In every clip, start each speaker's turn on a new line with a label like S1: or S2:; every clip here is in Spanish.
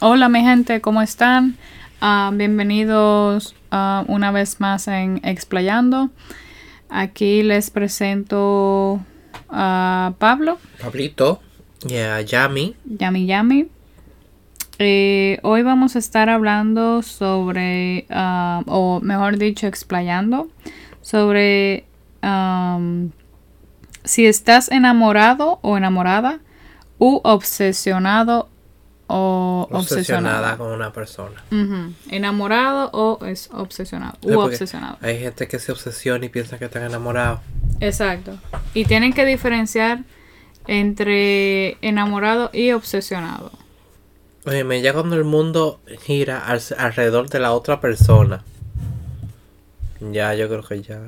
S1: Hola mi gente, ¿cómo están? Ah, bienvenidos ah, una vez más en Explayando. Aquí les presento a Pablo,
S2: Pablito y a Yami.
S1: Yami Yami. Eh, hoy vamos a estar hablando sobre, ah, o mejor dicho, explayando, sobre am, si estás enamorado o enamorada, u obsesionado o obsesionada.
S2: Obsesionada con una persona.
S1: Ujú. Enamorado o es obsesionado.
S2: Sí,
S1: U
S2: porque
S1: obsesionado.
S2: Hay gente que se obsesiona y piensa que están enamorados.
S1: Exacto. Y tienen que diferenciar entre enamorado y obsesionado.
S2: Óyeme, ya cuando el mundo gira al- alrededor de la otra persona. Ya, yo creo que ya.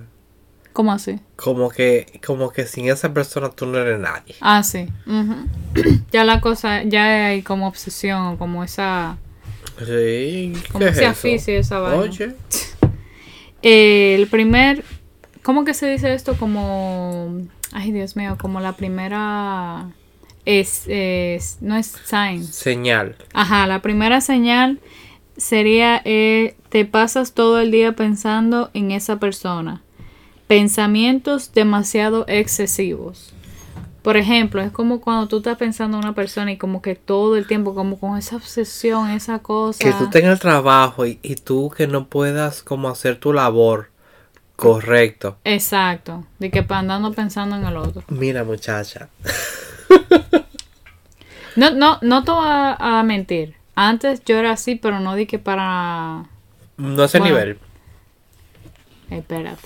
S1: ¿Cómo así?
S2: Como que, como que sin esa persona tú no eres nadie.
S1: Ah, sí. Ujú. ya la cosa, ya hay como obsesión, como esa...
S2: Sí,
S1: Como se asfixia esa vaina.
S2: Oye,
S1: Eh, el primer... ¿Cómo que se dice esto? Como... Ay, Dios mío, como la primera... Es, es- no es sign.
S2: señal.
S1: Ajá, la primera señal sería eh, te pasas todo el día pensando en esa persona. Pensamientos demasiado excesivos. Por ejemplo, es como cuando tú estás pensando en una persona y como que todo el tiempo, como con esa obsesión, esa cosa.
S2: que tú tengas el trabajo y, y tú que no puedas como hacer tu labor correcto.
S1: Exacto, de que pa- andando pensando en el otro.
S2: Mira, muchacha.
S1: No, no, no te voy a, a mentir. Antes yo era así, pero no di que para...
S2: No a ese
S1: Bueno.
S2: nivel.
S1: Espérate.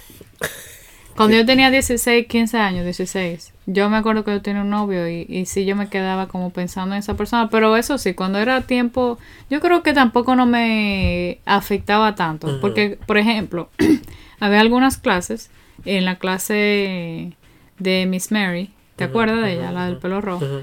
S1: Cuando yo tenía 16, 15 años, 16, yo me acuerdo que yo tenía un novio y, y sí yo me quedaba como pensando en esa persona, pero eso sí, cuando era tiempo, yo creo que tampoco no me afectaba tanto, porque, por ejemplo, había algunas clases, en la clase de Miss Mary, ¿te acuerdas de ella, la del pelo rojo?
S2: Ujú.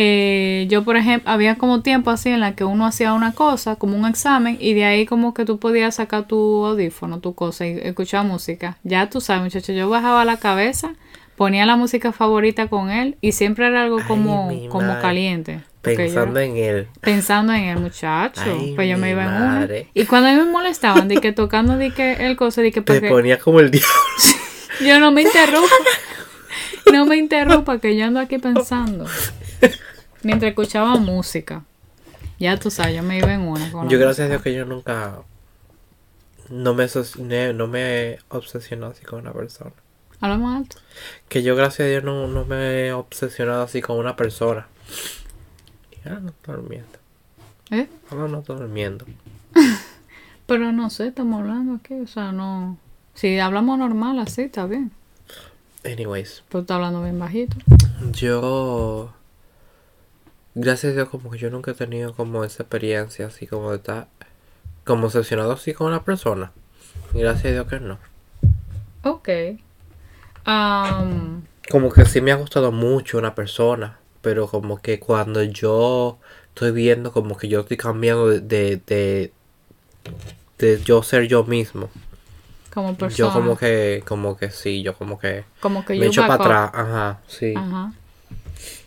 S1: Eh, yo, por ejemplo, había como tiempo así en la que uno hacía una cosa, como un examen, y de ahí como que tú podías sacar tu audífono, tu cosa, y escuchar música. Ya tú sabes, muchachos, yo bajaba la cabeza, ponía la música favorita con él, y siempre era algo
S2: Ay,
S1: como,
S2: mi
S1: como
S2: madre.
S1: caliente. porque yo era-
S2: Pensando en él.
S1: pensando en el muchacho,
S2: Ay,
S1: pues yo me
S2: mi
S1: iba en una.
S2: madre.
S1: Y cuando a mí me molestaban, de que tocando, de que el cosa, de que
S2: Te
S1: porque-
S2: ponía como el diablo.
S1: yo no me interrumpo. No me interrumpa, que yo ando aquí pensando. Mientras escuchaba música. Ya tú sabes, yo me iba en una. con la música.
S2: Yo gracias a Dios que yo nunca... No me, obsesioné- no me obsesioné así con una persona.
S1: Habla más alto.
S2: Que yo gracias a Dios no, no me he obsesionado así con una persona. Ahora no estoy durmiendo.
S1: ¿Eh?
S2: Ahora no estoy durmiendo.
S1: Pero no sé, estamos hablando aquí. O sea, no. Si hablamos normal así, está bien.
S2: Anyways.
S1: Pero está hablando bien bajito.
S2: Yo... Gracias a Dios como que yo nunca he tenido como esa experiencia así como de estar... Como obsesionado así con una persona. Gracias a Dios que no.
S1: Ok. Am,
S2: Como que sí me ha gustado mucho una persona, pero como que cuando yo estoy viendo como que yo estoy cambiando de, de, de, de yo ser yo mismo.
S1: como persona.
S2: Yo como que, como que sí, yo como que
S1: como que
S2: me
S1: you
S2: echo para
S1: back up.
S2: atrás, ajá, sí.
S1: Ajá.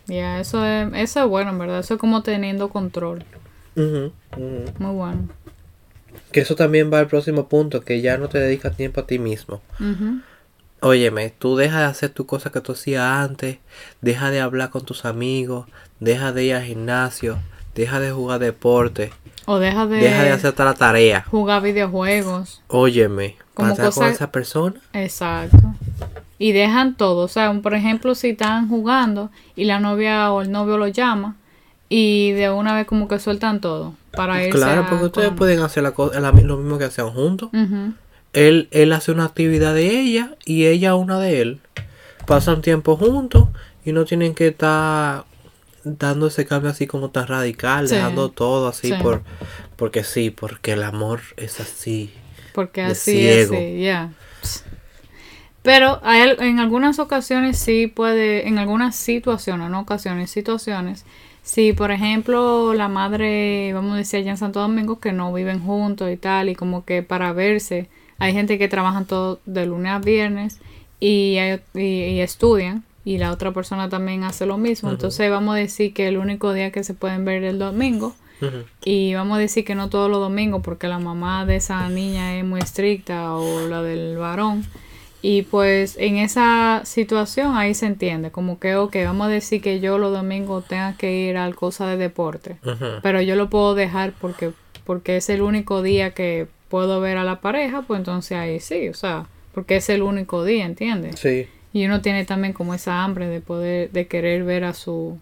S1: Ya, eso, es, eso es bueno, en verdad. Eso es como teniendo control.
S2: Ujú, ujú.
S1: Muy bueno.
S2: Que eso también va al próximo punto, que ya no te dedicas tiempo a ti mismo.
S1: Ujú.
S2: Óyeme, tú deja de hacer tus cosas que tú hacías antes, deja de hablar con tus amigos, deja de ir al gimnasio, deja de jugar deporte,
S1: O deja de,
S2: deja de hacer hasta la tarea.
S1: jugar videojuegos.
S2: Óyeme,
S1: Como
S2: pasar con
S1: cosa-
S2: esa persona.
S1: Exacto. Y dejan todo. O sea, un- por ejemplo, si están jugando y la novia o el novio lo llama y de una vez como que sueltan todo para irse
S2: Pues Claro,
S1: a-
S2: porque ustedes
S1: con-
S2: pueden hacer la co- la mi- lo mismo que hacían juntos.
S1: Ujú.
S2: Él, él hace una actividad de ella y ella una de él. Pasan tiempo juntos y no tienen que estar dando ese cambio así como tan radical,
S1: Sí.
S2: dejando todo así
S1: Sí.
S2: por porque sí, porque el amor es así.
S1: Porque
S2: De
S1: así es,
S2: ciego.
S1: sí, ya. Pero hay al- en algunas ocasiones sí puede, en algunas situaciones, no ocasiones, situaciones, si por ejemplo la madre, vamos a decir allá en Santo Domingo, que no viven juntos y tal, y como que para verse, hay gente que trabajan todo de lunes a viernes y, hay ot- y- y estudian, y la otra persona también hace lo mismo, entonces vamos a decir que el único día que se pueden ver es el domingo,
S2: Ujú.
S1: Y vamos a decir que no todos los domingos, porque la mamá de esa niña es muy estricta o la del varón. Y pues en esa situación ahí se entiende, como que, ok, vamos a decir que yo los domingos tenga que ir al cosa de deporte,
S2: Ujú.
S1: pero yo lo puedo dejar porque, porque es el único día que puedo ver a la pareja, pues entonces ahí sí, o sea, porque es el único día, ¿entiendes?
S2: Sí.
S1: Y uno tiene también como esa hambre de poder, de querer ver a su,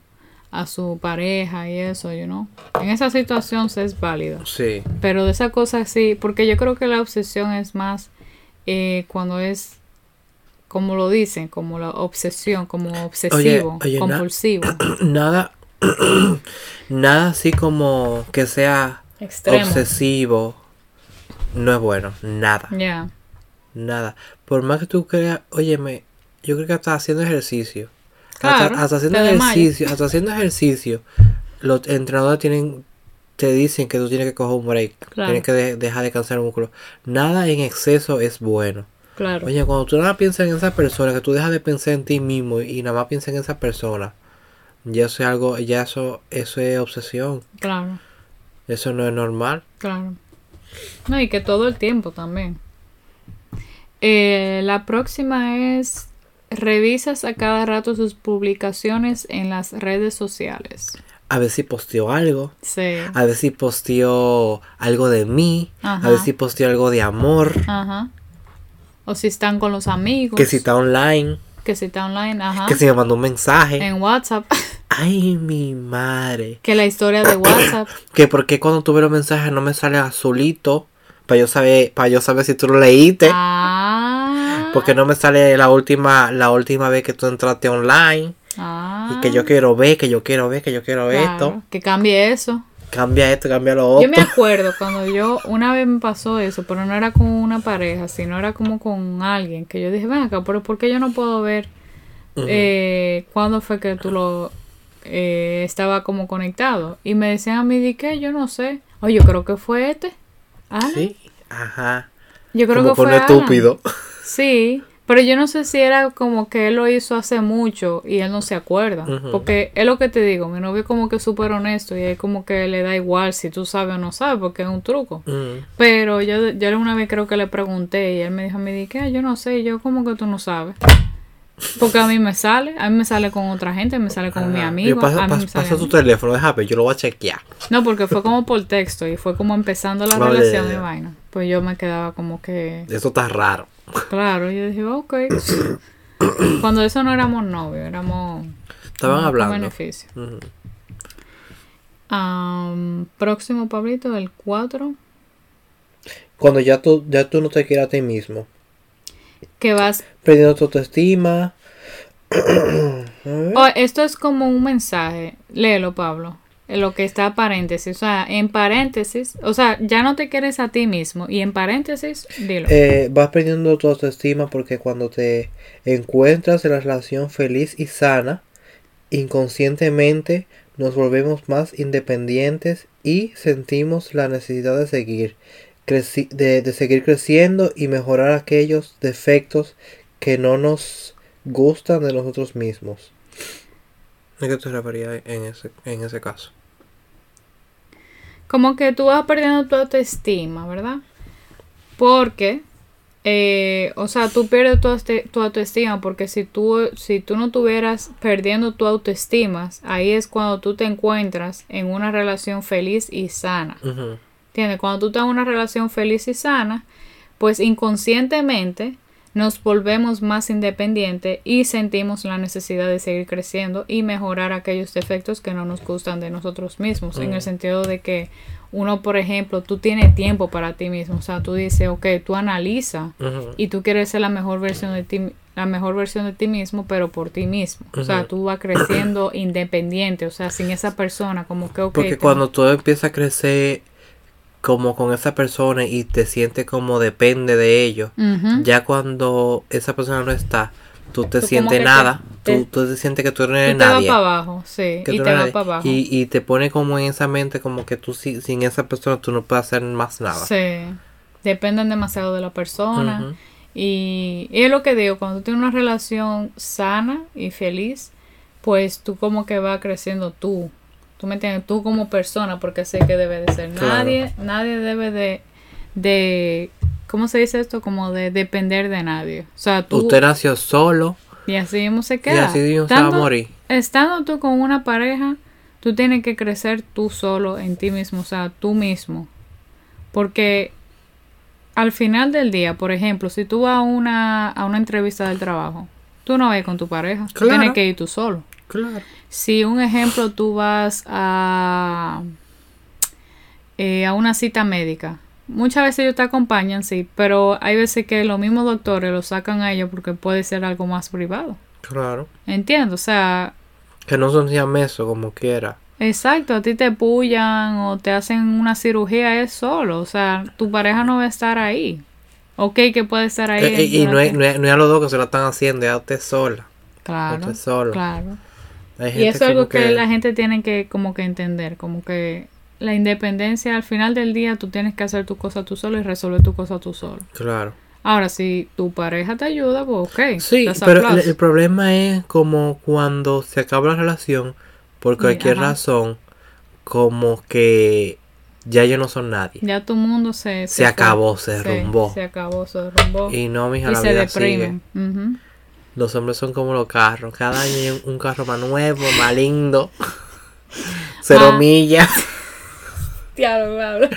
S1: a su pareja y eso, you know. En esa situación se es válida.
S2: Sí.
S1: Pero de esa cosa sí, porque yo creo que la obsesión es más eh, cuando es, como lo dicen, como la obsesión, como obsesivo,
S2: oye, na-
S1: compulsivo,
S2: nada. nada así como que sea
S1: extremo.
S2: obsesivo. No es bueno. Nada.
S1: Ya,
S2: Nada. Por más que tú creas, óyeme, yo creo que hasta haciendo ejercicio.
S1: Claro,
S2: hasta, hasta haciendo
S1: te desmayas.
S2: ejercicio, hasta haciendo ejercicio, los entrenadores tienen, te dicen que tú tienes que coger un break,
S1: Claro.
S2: tienes que de- dejar descansar el músculo. Nada en exceso es bueno.
S1: claro.
S2: Oye, cuando tú nada más piensas en esa persona, que tú dejas de pensar en ti mismo y nada más piensas en esa persona, ya eso es algo, ya eso, eso es obsesión,
S1: Claro,
S2: eso no es normal.
S1: claro. No, y que todo el tiempo también. Eh, la próxima es, revisas a cada rato sus publicaciones en las redes sociales.
S2: A ver si posteó algo.
S1: Sí.
S2: A ver si posteó algo de mí.
S1: Ajá.
S2: A ver si posteó algo de amor.
S1: Ajá. O si están con los amigos.
S2: Que si está online.
S1: que si está online, Pues, ajá. Eh.
S2: Que si me mandó un mensaje.
S1: En WhatsApp.
S2: Ay, mi madre.
S1: que la historia de WhatsApp.
S2: Que porque cuando tuve los mensajes no me sale azulito. Para yo saber, para yo saber si tú lo leíste.
S1: Ah.
S2: Porque no me sale la última, la última vez que tú entraste online.
S1: Ah.
S2: Y que yo quiero ver, que yo quiero ver, que yo quiero ver
S1: claro,
S2: esto.
S1: Que cambie eso.
S2: Cambia esto, cambia lo
S1: Yo
S2: otro.
S1: me acuerdo cuando yo una vez me pasó eso, pero no era con una pareja, sino era como con alguien que yo dije, ven acá, pero ¿por qué yo no puedo ver eh, cuándo fue que tú lo eh, estaba como conectado? Y me decían a mí, di que yo no sé. Oye, yo creo que fue este. Alan.
S2: Sí, ajá.
S1: Yo creo
S2: Como
S1: que fue
S2: por un
S1: Alan.
S2: estúpido.
S1: Sí, pero yo no sé si era como que él lo hizo hace mucho y él no se acuerda.
S2: Ujú.
S1: Porque es lo que te digo, mi novio es como que es súper honesto y él como que le da igual si tú sabes o no sabes porque es un truco.
S2: Ujú.
S1: Pero yo, yo una vez creo que le pregunté y él me dijo, me dije, "Ah, yo no sé, Y yo como que tú no sabes. Porque a mí me sale, a mí me sale con otra gente, me sale con mi
S2: Ajá.
S1: amigo.
S2: Yo pasa,
S1: a mí
S2: pas-
S1: me sale
S2: pasa
S1: a
S2: tu
S1: mí.
S2: teléfono, déjame, yo lo voy a chequear.
S1: No, porque fue como por texto y fue como empezando la
S2: Vale.
S1: relación de vaina. Pues yo me quedaba como que...
S2: Eso está raro.
S1: Claro, yo dije, ok. Cuando eso no éramos novios, éramos.
S2: Estaban
S1: un
S2: hablando.
S1: beneficio.
S2: Ujú.
S1: Am, próximo, Pablito, el 4.
S2: Cuando ya tú, ya tú no te quieres a ti mismo.
S1: Que vas.
S2: Perdiendo tu autoestima.
S1: Oh, esto es como un mensaje. Léelo, Pablo. En Lo que está paréntesis. O sea, en paréntesis. O sea, ya no te quieres a ti mismo. Y en paréntesis, dilo.
S2: Eh, vas perdiendo tu autoestima porque cuando te encuentras en la relación feliz y sana, inconscientemente nos volvemos más independientes y sentimos la necesidad de seguir, creci- de, de seguir creciendo y mejorar aquellos defectos que no nos gustan de nosotros mismos. ¿A qué te referías en ese, en ese caso?
S1: como que tú vas perdiendo tu autoestima, ¿verdad? Porque, eh, o sea, tú pierdes tu, auste- tu autoestima porque si tú, si tú no estuvieras perdiendo tu autoestima, ahí es cuando tú te encuentras en una relación feliz y sana.
S2: Ujú.
S1: ¿Entiendes? Cuando tú estás en una relación feliz y sana, pues inconscientemente nos volvemos más independientes y sentimos la necesidad de seguir creciendo y mejorar aquellos defectos que no nos gustan de nosotros mismos. En el sentido de que uno, por ejemplo, tú tienes tiempo para ti mismo. O sea, tú dices, ok, tú analiza
S2: Ujú.
S1: y tú quieres ser la mejor versión de ti la mejor versión de ti mismo, pero por ti mismo. O sea,
S2: Ujú.
S1: tú vas creciendo independiente, o sea, sin esa persona, como que, ok.
S2: Porque
S1: tengo-
S2: cuando tú empiezas a crecer como con esa persona y te sientes como depende de ellos,
S1: Ujú.
S2: ya cuando esa persona no está, tú
S1: Tú
S2: te
S1: como
S2: sientes
S1: que
S2: nada,
S1: te-
S2: tú, tú te sientes que tú no
S1: Y
S2: eres
S1: te va
S2: nadie.
S1: para abajo, sí.
S2: que
S1: y
S2: tú
S1: te
S2: no
S1: va
S2: eres
S1: para
S2: nadie,
S1: abajo.
S2: y, y te pone como en esa mente como que tú si- sin esa persona tú no puedes hacer más nada.
S1: Sí. Dependen demasiado de la persona.
S2: Ujú.
S1: y, y es lo que digo, cuando tú tienes una relación sana y feliz, pues tú como que va creciendo tú. Tú me entiendes, tú como persona, porque sé que debe de ser.
S2: Claro.
S1: Nadie, nadie debe de, de, ¿cómo se dice esto? Como de depender de nadie. O sea, tú...
S2: Usted nació solo.
S1: Y así mismo se
S2: Y
S1: queda.
S2: así mismo se va a
S1: Estando-
S2: morir.
S1: Estando tú con una pareja, tú tienes que crecer tú solo en ti mismo, o sea, tú mismo. Porque al final del día, por ejemplo, si tú vas a una, a una entrevista del trabajo, tú no vas a ir con tu pareja, tú
S2: Claro.
S1: tienes que ir tú solo.
S2: Claro.
S1: Si un ejemplo tú vas a, eh, a una cita médica, muchas veces ellos te acompañan, sí, pero hay veces que los mismos doctores los sacan a ellos porque puede ser algo más privado.
S2: Claro.
S1: Entiendo, o sea,
S2: Que no son siamesos como quiera.
S1: exacto, a ti te pullan o te hacen una cirugía es solo, o sea, tu pareja no va a estar ahí. Ok, que puede estar ahí.
S2: Eh, eh, y
S1: dentro
S2: no
S1: de
S2: es,
S1: ti.
S2: no, es, no es a los dos que se la están haciendo, es a usted sola. a
S1: Claro,
S2: usted solo.
S1: claro.
S2: Hay
S1: Y
S2: gente
S1: eso es algo
S2: como
S1: que la gente tiene que como que entender, como que la independencia al final del día tú tienes que hacer tu cosa tú solo y resolver tu cosa tú solo.
S2: Claro.
S1: Ahora, si tu pareja te ayuda, pues ok.
S2: Sí,
S1: te
S2: pero el,
S1: aplauso.
S2: el problema es como cuando se acaba la relación, por cualquier
S1: ajá.
S2: razón, como que ya ellos no son nadie.
S1: ya tu mundo se...
S2: Se acabó, se derrumbó.
S1: Se acabó, se derrumbó. Y,
S2: Y no, mija, la
S1: se
S2: vida sigue.
S1: deprimen. Ujú.
S2: Los hombres son como los carros. Cada año hay un, un carro más nuevo, más lindo. Cero
S1: Ah.
S2: millas.
S1: Diablo, diablo.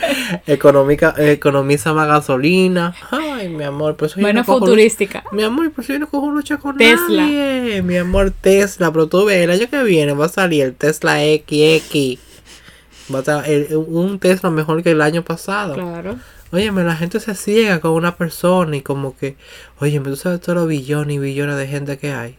S2: Económica, economiza más gasolina. Ay, mi amor, pues hoy
S1: Bueno,
S2: no cojo
S1: futurística.
S2: lucha- Mi amor, pues yo no cojo lucha con
S1: Tesla.
S2: nadie. Mi amor, Tesla. Pero tú ves, el año que viene va a salir el Tesla XX. Va a sa- el- un Tesla mejor que el año pasado.
S1: Claro.
S2: Óyeme, la gente se ciega con una persona y como que, óyeme, tú sabes todos los billones y billones de gente que hay.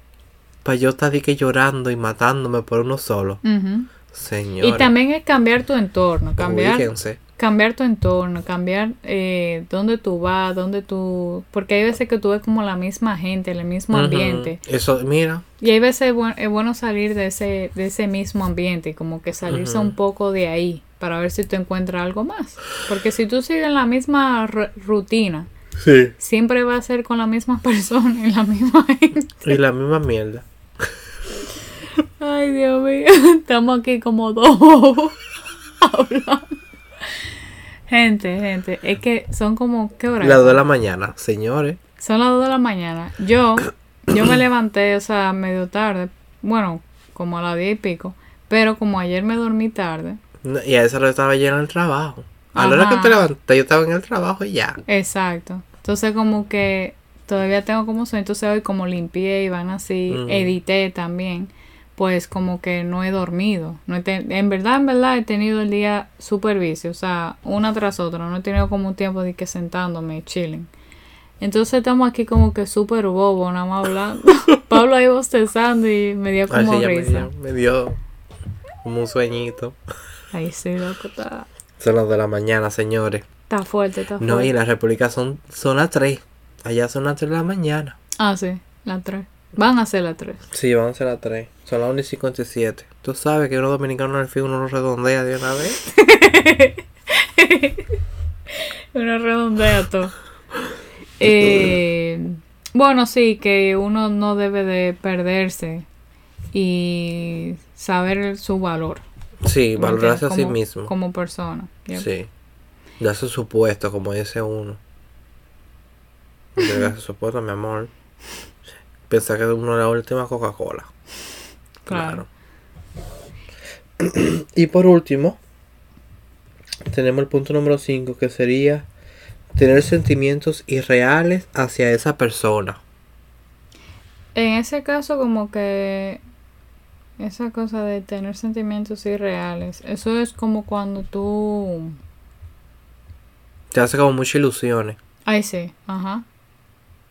S2: Para yo estar de que llorando y matándome por uno solo.
S1: Ujú.
S2: Señor.
S1: Y también es cambiar tu entorno, cambiar
S2: ubíquense.
S1: cambiar tu entorno, cambiar eh, dónde tú vas, dónde tú... Porque hay veces que tú ves como la misma gente, el mismo
S2: Ujú.
S1: ambiente.
S2: Eso, mira,
S1: Y hay veces es, buen- es bueno salir de ese, de ese mismo ambiente, como que salirse un poco de ahí para ver si tú encuentras algo más. Porque si tú sigues la misma ru- rutina,
S2: Sí.
S1: siempre va a ser con la misma persona y la misma gente.
S2: Y la misma mierda.
S1: Ay, Dios mío, estamos aquí como dos bobos hablando. Gente, gente, es que son como, ¿qué hora?
S2: Las 2 de la mañana, señores.
S1: Son las 2 de la mañana. Yo, yo me levanté, o sea, medio tarde. Bueno, como a las 10 y pico. Pero como ayer me dormí tarde.
S2: No, Y a esa hora estaba lleno el trabajo. A la hora
S1: Ajá.
S2: que te levanté, yo estaba en el trabajo y ya.
S1: Exacto. Entonces como que todavía tengo como sueño. Entonces hoy como limpié y van así,
S2: Ujú.
S1: edité también. Pues como que no he dormido. No he ten- en verdad, en verdad he tenido el día súper vicio. O sea, una tras otra. No he tenido como un tiempo de que sentándome, chilling. Entonces estamos aquí como que súper bobo, nada más hablando. Pablo ahí bostezando y me dio
S2: Ay,
S1: como
S2: sí, ya me
S1: risa.
S2: dio, me dio como un sueñito.
S1: Ahí sí, loco, está,
S2: Son las 2 de la mañana, señores.
S1: está fuerte, está fuerte.
S2: No, y en la República son, son las 3. Allá son las 3 de la mañana.
S1: Ah, sí, la 3. Van a ser la 3.
S2: Sí, van a ser las 3. Son las 1 y 57. Tú sabes que uno dominicano al fin uno lo redondea de una vez.
S1: Una redondea todo. Eh, bueno, sí, que uno no debe de perderse y saber su valor.
S2: Sí,
S1: ¿me
S2: valorarse a
S1: entiendes?
S2: sí
S1: como,
S2: mismo.
S1: Como persona. ¿ya?
S2: Sí. Da su supuesto, como dice uno. Da su supuesto, mi amor. Pensar que uno es la última Coca-Cola.
S1: Claro.
S2: Y por último, tenemos el punto número 5 que sería tener sentimientos irreales hacia esa persona.
S1: En ese caso, como que esa cosa de tener sentimientos irreales, eso es como cuando tú...
S2: Te hace como muchas ilusiones.
S1: Ay, sí, ajá.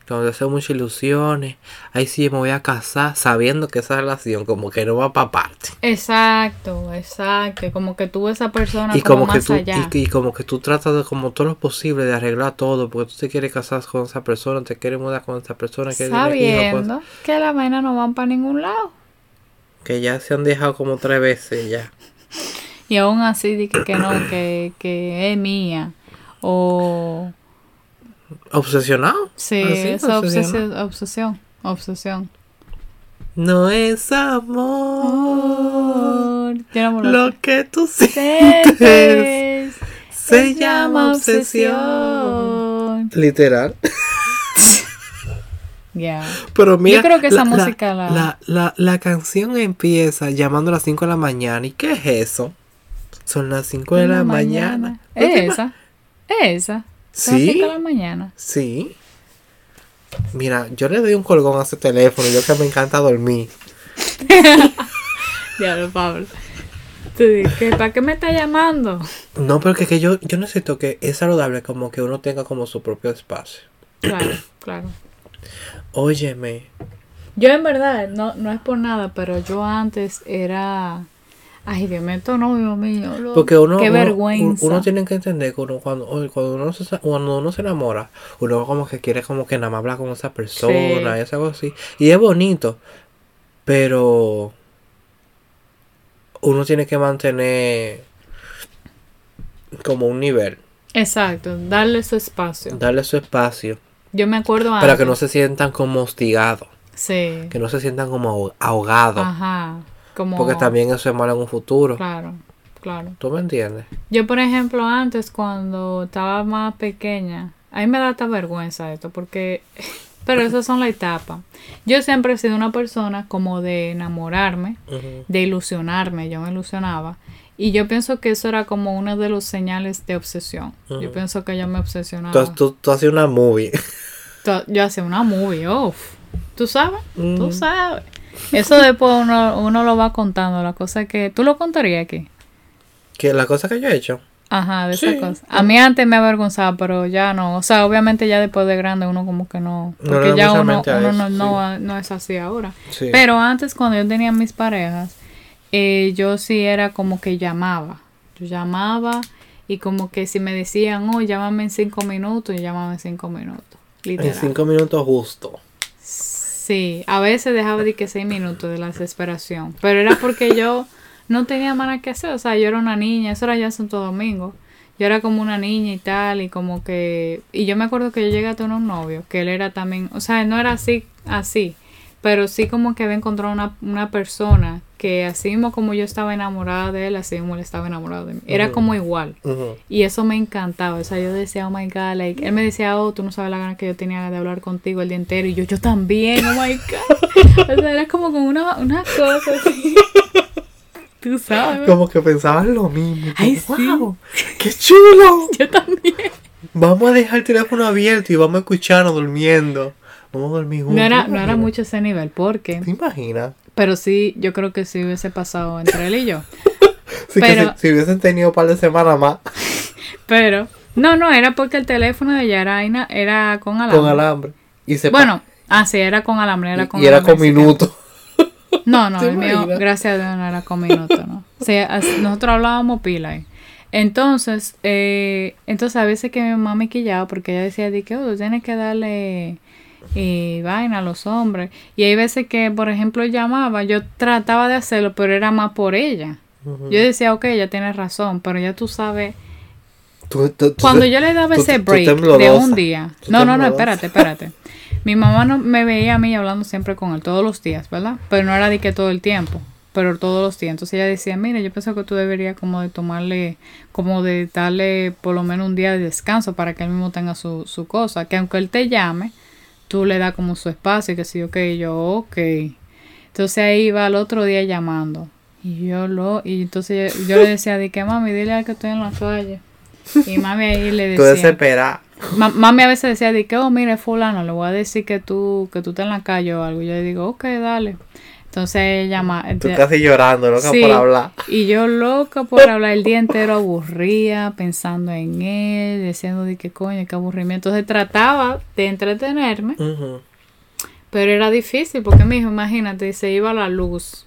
S2: Cuando te hace muchas ilusiones. Ahí sí me voy a casar sabiendo que esa relación como que no va para parte.
S1: Exacto, exacto. Como que tú ves a esa persona
S2: Y
S1: como,
S2: como, que
S1: más
S2: tú,
S1: allá.
S2: y, y como que tú tratas de como todo lo posible de arreglar todo, porque tú te quieres casar con esa persona, te quieres mudar con esa persona, quieres tener hijos con-
S1: sabiendo que las vainas no van para ningún lado.
S2: que ya se han dejado como tres veces ya.
S1: Y aún así dije que no, que, que es mía. O
S2: Obsesionado.
S1: sí,
S2: Así,
S1: esa
S2: obsesionado.
S1: obsesión, obsesión, obsesión.
S2: No es amor.
S1: amor. Yo no me
S2: Ah. Lo que tú sientes
S1: Sientes,
S2: se llama obsesión.
S1: obsesión.
S2: Literal.
S1: Ya.
S2: Pero mira,
S1: creo que esa música la-
S2: la, la- la canción empieza llamando a las 5 de la mañana. ¿Y qué es eso? Son las 5 de la mañana. ¿No
S1: Es
S2: te ima-
S1: esa. Es esa. Son las
S2: Sí.
S1: cinco de la mañana.
S2: Sí. Mira, yo le doy un colgón a ese teléfono. Yo que me encanta dormir.
S1: Diablo, Pablo. Tú dices, ¿qué- ¿para qué me está llamando?
S2: No, pero que, que yo, yo necesito que es saludable como que uno tenga como su propio espacio.
S1: Claro, claro.
S2: Óyeme.
S1: Yo en verdad, no, no es por nada, pero yo antes era... Ay, Dios mío, esto no, Dios mío. lo-
S2: Porque uno,
S1: Oh, Qué
S2: uno-
S1: vergüenza.
S2: uno tiene que entender que uno cuando, oye, cuando, uno se, cuando uno se enamora, uno como que quiere como que nada más hablar con esa persona
S1: Sí.
S2: y esa cosa así. Y es bonito, pero uno tiene que mantener como un nivel,
S1: Exacto, darle su espacio.
S2: darle su espacio
S1: Yo me acuerdo antes.
S2: para que no se sientan como hostigados,
S1: Sí.
S2: que no se sientan como ahogo- ahogados,
S1: Ajá. Ah, Como...
S2: porque también eso es malo en un futuro.
S1: Claro, claro.
S2: ¿Tú me entiendes?
S1: Yo, por ejemplo, antes cuando estaba más pequeña, a mí me da hasta vergüenza esto, porque... Pero esas son las etapas. Yo siempre he sido una persona como de enamorarme,
S2: Ujú.
S1: de ilusionarme, yo me ilusionaba. Y yo pienso que eso era como uno de los señales de obsesión. Yo
S2: Ujú.
S1: pienso que yo me obsesionaba.
S2: Tú, has- tú, tú haces una movie.
S1: To- Yo hacía una movie, uff. ¿Tú sabes? Tú
S2: Ujú.
S1: sabes. Eso después uno, uno lo va contando. La cosa que. ¿Tú lo contarías aquí?
S2: que la cosa que yo he hecho.
S1: Ajá, de
S2: Sí.
S1: esa cosa. A mí antes me avergonzaba, pero ya no. O sea, obviamente ya después de grande uno como que no.
S2: No le
S1: Porque
S2: da
S1: ya
S2: mucha
S1: uno,
S2: mente a
S1: uno
S2: eso,
S1: no, no
S2: sí.
S1: va- no es así ahora.
S2: Sí.
S1: Pero antes, cuando yo tenía mis parejas, eh, yo sí era como que llamaba. Yo llamaba y como que si me decían, oh, llámame en cinco minutos, yo llamaba en cinco minutos.
S2: en
S1: Literal.
S2: cinco minutos justo.
S1: Sí, a veces dejaba de que seis minutos de la desesperación, pero era porque yo no tenía más nada que hacer, o sea, yo era una niña, eso era ya en Santo Domingo, yo era como una niña y tal, y como que, y yo me acuerdo que yo llegué a tener un novio, que él era también, o sea, no era así, así, pero sí como que había encontrado una, una persona que así mismo como yo estaba enamorada de él, así mismo él estaba enamorado de mí, era
S2: Ujú.
S1: como igual.
S2: Ujú.
S1: Y eso me encantaba, o sea, yo decía, oh my god, like, él me decía, oh, tú no sabes la gana que yo tenía de hablar contigo el día entero, y yo, yo también, oh my god. O sea, era como con una, una cosa así. Tú sabes.
S2: Como que pensaban lo mismo.
S1: Ay,
S2: Como,
S1: sí.
S2: "Wow, ¡Qué chulo!
S1: Yo también.
S2: Vamos a dejar el teléfono abierto y vamos a escucharnos durmiendo. Vamos a dormir juntos.
S1: No era,
S2: ¿Te
S1: no era
S2: imaginas?
S1: mucho ese nivel, porque,
S2: ¿Te imaginas?
S1: pero sí, yo creo que sí hubiese pasado entre él y yo.
S2: Sí, que
S1: Pero-
S2: si, si hubiesen tenido un par de semanas más
S1: Pero, no, no, era porque el teléfono de Yaraina era con alambre.
S2: con alambre. Y se pa-
S1: Bueno, ah, sí, era con alambre, era
S2: y-
S1: con
S2: y era
S1: alambre,
S2: con
S1: así que-
S2: minutos.
S1: No, no,
S2: ¿Te
S1: el mío,
S2: imaginas?
S1: gracias a Dios, no era con minuto, ¿no? O sea, as- nosotros hablábamos pila ahí. Entonces, eh, entonces a veces que mi mamá me quillaba porque ella decía, de que, oh, tú tienes que darle eh, vaina a los hombres. Y hay veces que, por ejemplo, llamaba, yo trataba de hacerlo, pero era más por ella.
S2: Ujú.
S1: Yo decía, ok, ella tiene razón, pero ya tú sabes
S2: Tú- tú- tú-
S1: cuando yo le daba
S2: tú-
S1: ese
S2: tú
S1: break de
S2: temblorosa.
S1: un día.
S2: Tú
S1: No, no, no,
S2: temblorosa.
S1: espérate, espérate. Mi mamá no me veía a mí hablando siempre con él todos los días, ¿verdad? Pero no era de que todo el tiempo, pero todos los días. Entonces ella decía, mira, yo pienso que tú deberías como de tomarle, como de darle por lo menos un día de descanso para que él mismo tenga su, su cosa. Que aunque él te llame, tú le das como su espacio y que sí, ok, y yo, ok. Entonces ahí iba al otro día llamando. Y yo lo, y entonces yo, yo le decía, di que mami, dile a que estoy en la calle. Y mami ahí le
S2: Tú
S1: decía.
S2: desesperada.
S1: Ma- mami a veces decía, di que, oh, mire, fulano, le voy a decir que tú, que tú estás en la calle o algo. Yo le digo, ok, dale. Entonces ella llama.
S2: Tú
S1: de-
S2: casi llorando, loca,
S1: Sí.
S2: por hablar.
S1: y yo loca por hablar el día entero aburría, pensando en él, diciendo de que coño, qué aburrimiento. Entonces trataba de entretenerme,
S2: Ujú.
S1: pero era difícil porque me dijo, imagínate, se iba la luz.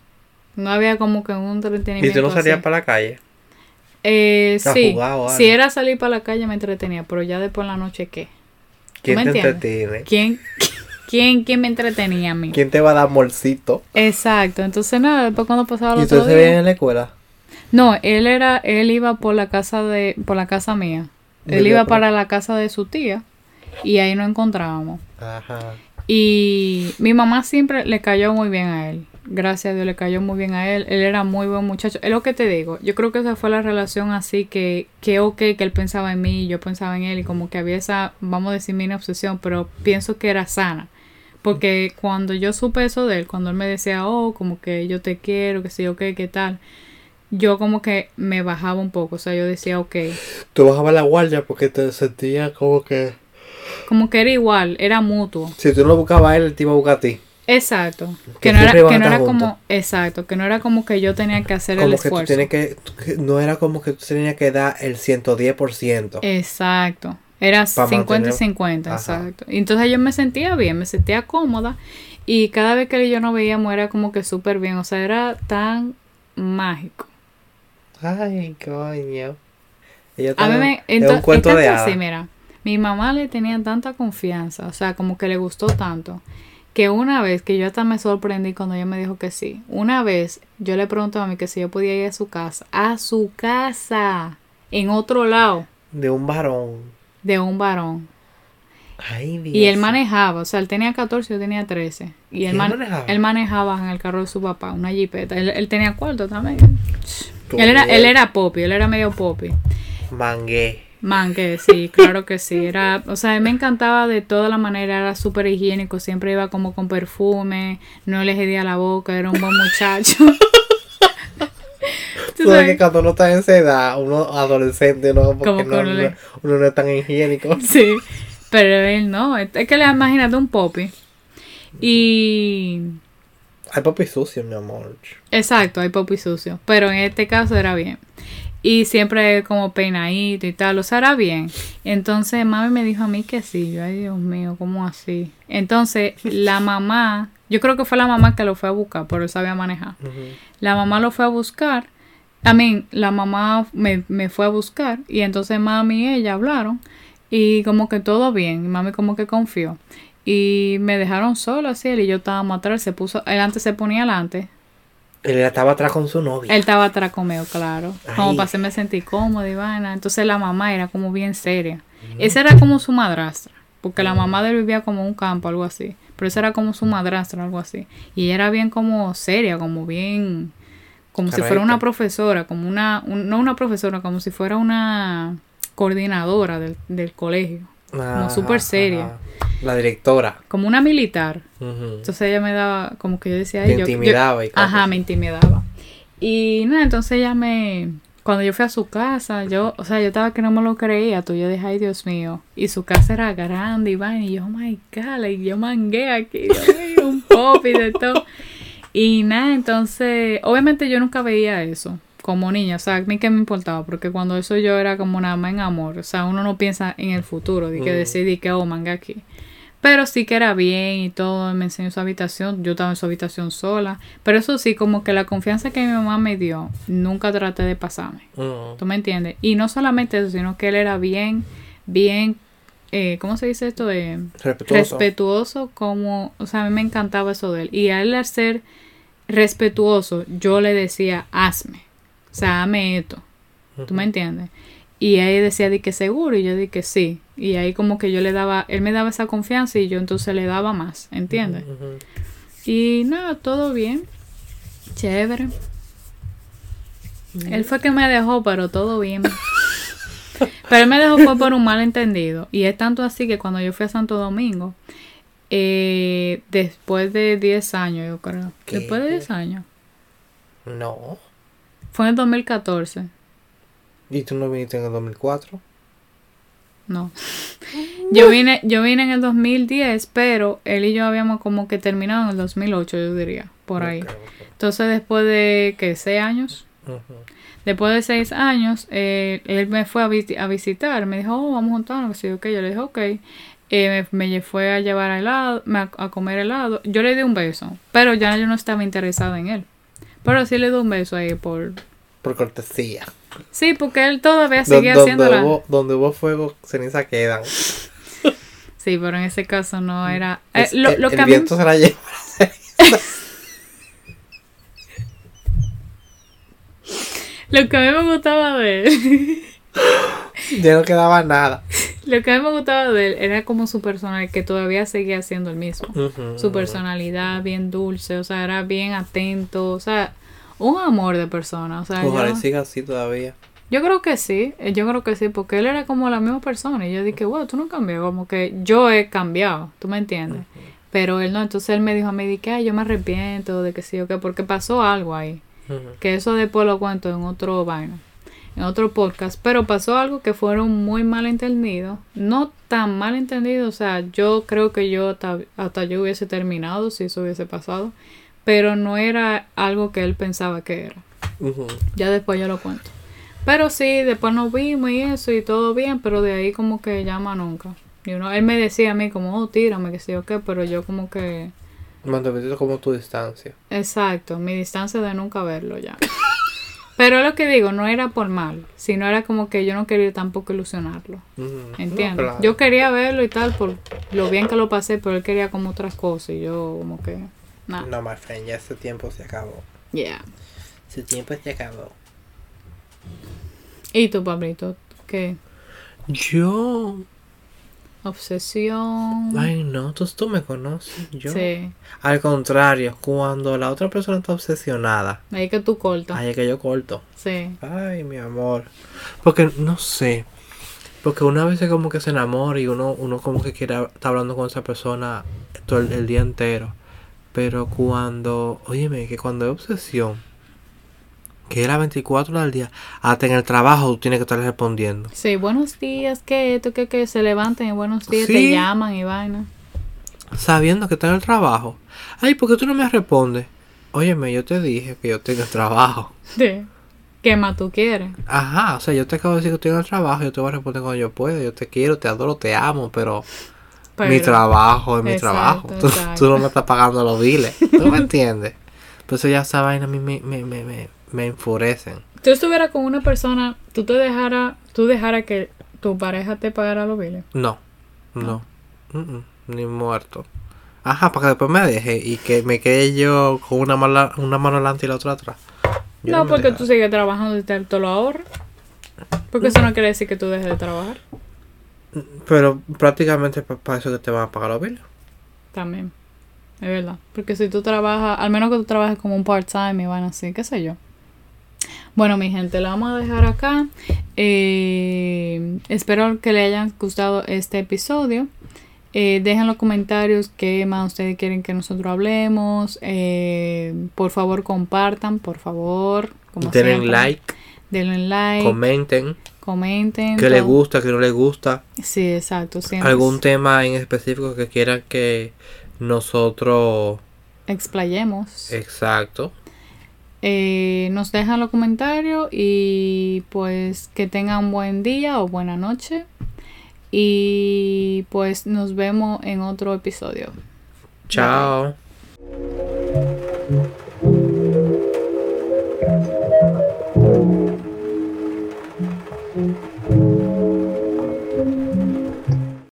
S1: No había como que un entretenimiento.
S2: Y tú no salías
S1: así.
S2: para la calle.
S1: Eh,
S2: a
S1: sí,
S2: jugar o
S1: si
S2: algo.
S1: era salir para la calle me entretenía, pero ya después en la noche, ¿qué?
S2: ¿Quién
S1: me
S2: te
S1: entiendes?
S2: entretiene?
S1: ¿Quién, quién, quién me entretenía a mí?
S2: ¿Quién te va a dar amorcito?
S1: Exacto, entonces nada, después cuando pasaba el
S2: Y
S1: otro
S2: ustedes se
S1: día.
S2: ven en la escuela.
S1: No, él era, él iba por la casa de, por la casa mía. Él
S2: Él
S1: iba
S2: iba por-
S1: para la casa de su tía y ahí nos encontrábamos.
S2: Ajá.
S1: Y mi mamá siempre le cayó muy bien a él. gracias a Dios, le cayó muy bien a él. Él era muy buen muchacho. Es lo que te digo. Yo creo que esa fue la relación así que, que ok, que él pensaba en mí y yo pensaba en él. Y como que había esa, vamos a decir, mini obsesión, pero pienso que era sana. Porque cuando yo supe eso de él, cuando él me decía, oh, como que yo te quiero, que sé yo qué, qué tal, yo como que me bajaba un poco. O sea, yo decía, ok.
S2: Tú bajabas la guardia porque te sentías como que.
S1: Como que era igual, era mutuo.
S2: Si tú no lo buscabas a él, él te iba a buscar a ti.
S1: Exacto.
S2: Que
S1: Que no era,
S2: siempre van
S1: que no
S2: a
S1: era
S2: estar
S1: como.
S2: juntos.
S1: Exacto. Que no era como que yo tenía que hacer el
S2: Como que tú
S1: esfuerzo.
S2: tienes que. que No era como que tú tenías que dar el 110%.
S1: Eh. Exacto. Era
S2: Pa'
S1: 50 y
S2: mantener-
S1: 50,
S2: Ajá.
S1: exacto. Y Entonces yo me sentía bien, me sentía cómoda. Y cada vez que él y yo nos veíamos era como que súper bien. O sea, era tan mágico.
S2: Ay, coño. Ella
S1: A mí
S2: estaba-
S1: me.
S2: es
S1: ento-
S2: un cuento
S1: es
S2: de
S1: tanto
S2: hadas.
S1: así, mira. Mi mamá le tenía tanta confianza, o sea, como que le gustó tanto, que una vez, que yo hasta me sorprendí cuando ella me dijo que sí, una vez yo le pregunté a mami que si yo podía ir a su casa, a su casa, en otro lado,
S2: De un varón.
S1: de un varón.
S2: Ay, Dios.
S1: Y él manejaba, o sea, él tenía 14, yo tenía 13. Y él,
S2: ¿Quién
S1: man-
S2: manejaba?
S1: él manejaba en el carro de su papá, una jipeta. Él, él tenía cuarto también.
S2: Tú,
S1: Él era,
S2: eh,
S1: él era popi, él era medio popi.
S2: Mangué.
S1: Man, que sí, claro que sí. Era, o sea, a mí me encantaba de toda la manera, era súper higiénico, siempre iba como con perfume, no le hedía la boca, era un buen muchacho. Tú
S2: Tú sabes
S1: sabes.
S2: que cuando uno está en esa edad, uno adolescente, ¿no? Porque
S1: Como
S2: no,
S1: que uno le-
S2: no- uno no es tan higiénico.
S1: Sí, pero él no, es es que le imagínate un popi. Y
S2: Ay, papi sucio, mi amor.
S1: Exacto, hay popi sucio. Pero en este caso era bien. Y siempre como peinadito y tal, o sea, era bien. Entonces mami me dijo a mí que sí. Yo, ay Dios mío, ¿cómo así? Entonces la mamá, yo creo que fue la mamá que lo fue a buscar, pero él sabía manejar. La mamá lo fue a buscar. También la mamá me, me fue a buscar y entonces mami y ella hablaron y como que todo bien, y mami como que confió. Y me dejaron sola así, él y yo estábamos atrás, él se puso, él antes se ponía adelante,
S2: Él estaba atrás con su novia.
S1: él estaba atrás conmigo, claro. Como
S2: Ay.
S1: para hacerme sentir cómoda y vaina. Entonces la mamá era como bien seria. Esa era como su madrastra. Porque la mamá de él vivía como en un campo, algo así. Pero esa era como su madrastra, algo así. Y ella era bien como seria, como bien... Como si fuera
S2: Correcto.
S1: una profesora, como una... un- no una profesora, como si fuera una coordinadora del, del colegio.
S2: Ajá,
S1: súper
S2: ajá.
S1: seria.
S2: La directora.
S1: Como una militar.
S2: Ujú.
S1: Entonces ella me daba, como que yo decía,
S2: Te
S1: "Ay, yo- yo-
S2: intimidaba y cosas.
S1: Ajá, me intimidaba. Y nada, entonces ella me, cuando yo fui a su casa, yo, o sea, yo estaba que no me lo creía, tú, yo dije, ay, Dios mío. Y su casa era grande, y vaina, y yo, oh my God, like, yo mangué aquí, Dios mío, un pop y de todo. Y nada, entonces, obviamente yo nunca veía eso como niña, o sea, a mí que me importaba, porque cuando eso yo era como nada más en amor, o sea, uno no piensa en el futuro, de que
S2: Mm.
S1: decidí que, oh, manga aquí. Pero sí que era bien y todo, me enseñó su habitación, yo estaba en su habitación sola, pero eso sí, como que la confianza que mi mamá me dio, nunca traté de pasarme,
S2: Ujú.
S1: ¿tú me entiendes? Y no solamente eso, sino que él era bien, bien, eh, ¿cómo se dice esto? Eh,
S2: Respetuoso.
S1: respetuoso como, o sea, a mí me encantaba eso de él. Y a él al ser respetuoso, yo le decía, hazme, o sea, hazme esto, ¿tú me entiendes? Y ahí decía, di que seguro, y yo di que sí. Y ahí como que yo le daba, él me daba esa confianza y yo entonces le daba más, ¿entiendes?
S2: Ujú.
S1: Y nada, todo bien, chévere. Él fue que me dejó, pero todo bien. Pero él me dejó fue por un malentendido. Y es tanto así que cuando yo fui a Santo Domingo, eh, después de 10 años, yo creo.
S2: ¿Qué?
S1: Después de 10 años.
S2: No.
S1: Fue en el 2014.
S2: ¿Y tú no viniste en el 2004?
S1: No.
S2: Mm.
S1: Yo vine, yo vine en el 2010, pero él y yo habíamos como que terminado en el 2008, yo diría, por ahí.
S2: Ok,
S1: Entonces después de, que 6 años,
S2: ok. Ujú.
S1: Después de seis años, eh, él me fue a, visi- a visitar. Me dijo, oh, vamos a juntarnos. que sí, ok. Yo le dije, ok. Eh, me, me lle- fue a llevar a helado, me a, a comer helado. Yo le di un beso, pero ya yo no estaba interesada en él. Pero sí le di un beso ahí por...
S2: Por cortesía.
S1: Sí, porque él todavía
S2: Don-
S1: seguía
S2: donde,
S1: haciendo la...
S2: hubo, donde hubo fuego, ceniza quedan.
S1: Sí, pero en ese caso no era... Eh,
S2: mm, Es-
S1: lo,
S2: el-
S1: lo
S2: el
S1: que a mí-
S2: viento se la lleva.
S1: lo que a mí me gustaba de él...
S2: Ya no quedaba nada.
S1: Lo que a mí me gustaba de él era como su personalidad, que todavía seguía siendo el mismo.
S2: Ujú,
S1: Su
S2: ujú.
S1: personalidad bien dulce, o sea, era bien atento, o sea, un amor de persona, o sea,
S2: Ojalá y
S1: yo,
S2: siga así todavía.
S1: yo creo que sí, eh, yo creo que sí, porque él era como la misma persona y yo dije, wow, tú no cambias, como que yo he cambiado, ¿tú me entiendes? Pero él no, entonces él me dijo a mí, de que "Ay, yo me arrepiento de que sí o que, porque pasó algo ahí.
S2: Ujú.
S1: Que eso después lo cuento en otro vaina, en otro podcast. Pero pasó algo que fueron muy mal entendidos. No tan mal entendidos, o sea, yo creo que yo hasta, hasta yo hubiese terminado si eso hubiese pasado. Pero no era algo que él pensaba que era.
S2: Ujú.
S1: Ya después yo lo cuento. Pero sí, después nos vimos y eso y todo bien, pero de ahí como que llama nunca. Y uno, él me decía a mí como, oh, tírame, que sí o qué, pero yo como que...
S2: Mantuviste como tu distancia.
S1: Exacto, mi distancia de nunca verlo ya. Pero lo que digo, no era por mal, sino era como que yo no quería tampoco ilusionarlo,
S2: Ujú.
S1: ¿entiendes?
S2: No, claro.
S1: Yo quería verlo y tal por lo bien que lo pasé, pero él quería como otras cosas y yo como que, nada,
S2: No, my friend, ya ese tiempo se acabó.
S1: yeah.
S2: Ese tiempo se acabó.
S1: ¿Y tú, Pablito? ¿Qué?
S2: Yo.
S1: Obsesión.
S2: Ay, no, tú, tú me conoces. Yo.
S1: Mm. Sí,
S2: Al contrario, cuando la otra persona está obsesionada,
S1: ahí que tú cortas.
S2: ay, es que yo corto.
S1: Sí,
S2: Ay, mi amor. Porque no sé. Porque una vez es como que se enamora y uno, uno como que quiere hab- estar hablando con esa persona todo el, el día entero. Pero cuando, óyeme, que cuando es obsesión, que es las 24 horas al día, hasta en el trabajo tú tienes que estar respondiendo.
S1: sí, buenos días, que esto, que, que se levanten y buenos días, te
S2: Sí.
S1: llaman y vaina.
S2: Sabiendo que está en el trabajo. Ay, ¿por qué tú no me respondes? Óyeme, yo te dije que yo tengo el trabajo.
S1: Sí. ¿Qué más tú quieres?
S2: Ajá, o sea, yo te acabo de decir que estoy en el trabajo, yo te voy a responder cuando yo pueda, yo te quiero, te adoro, te amo, pero... mi
S1: Pero-
S2: trabajo es mi
S1: Exacto,
S2: trabajo. Tú,
S1: exacto.
S2: tú no me estás pagando los biles. ¿Tú me entiendes? Pues ya esa vaina a mí me, me, me, me, me enfurecen.
S1: tú estuvieras con una persona, tú te dejara, tú dejara que tu pareja te pagara los biles.
S2: No, no. Mm, mm, ni muerto. Ajá, para que después me deje y que me quede yo con una, mala, una mano adelante y la otra atrás. Yo
S1: no,
S2: me
S1: porque
S2: dejaba.
S1: tú sigues trabajando y te, te lo ahorras. Porque eso no quiere decir que tú dejes de trabajar
S2: Pero prácticamente para eso que te van a pagar los biles.
S1: también. Es verdad. Porque si tú trabajas, al menos que tú trabajes como un part-time y van así, qué sé yo. Bueno, mi gente, la vamos a dejar acá. Eh, espero que le hayan gustado este episodio. Eh, dejen los comentarios qué más ustedes quieren que nosotros hablemos. Eh, por favor, compartan, por favor. como
S2: Denle
S1: siempre.
S2: like,
S1: Denle like.
S2: comenten
S1: comenten.
S2: qué les
S1: todo.
S2: gusta, qué no les gusta.
S1: Sí, exacto. Siempre
S2: Algún tema en específico que quieran que nosotros...
S1: explayemos.
S2: Exacto.
S1: Eh, nos dejan los comentarios y pues que tengan buen día o buena noche. Y pues nos vemos en otro episodio.
S2: Ciao.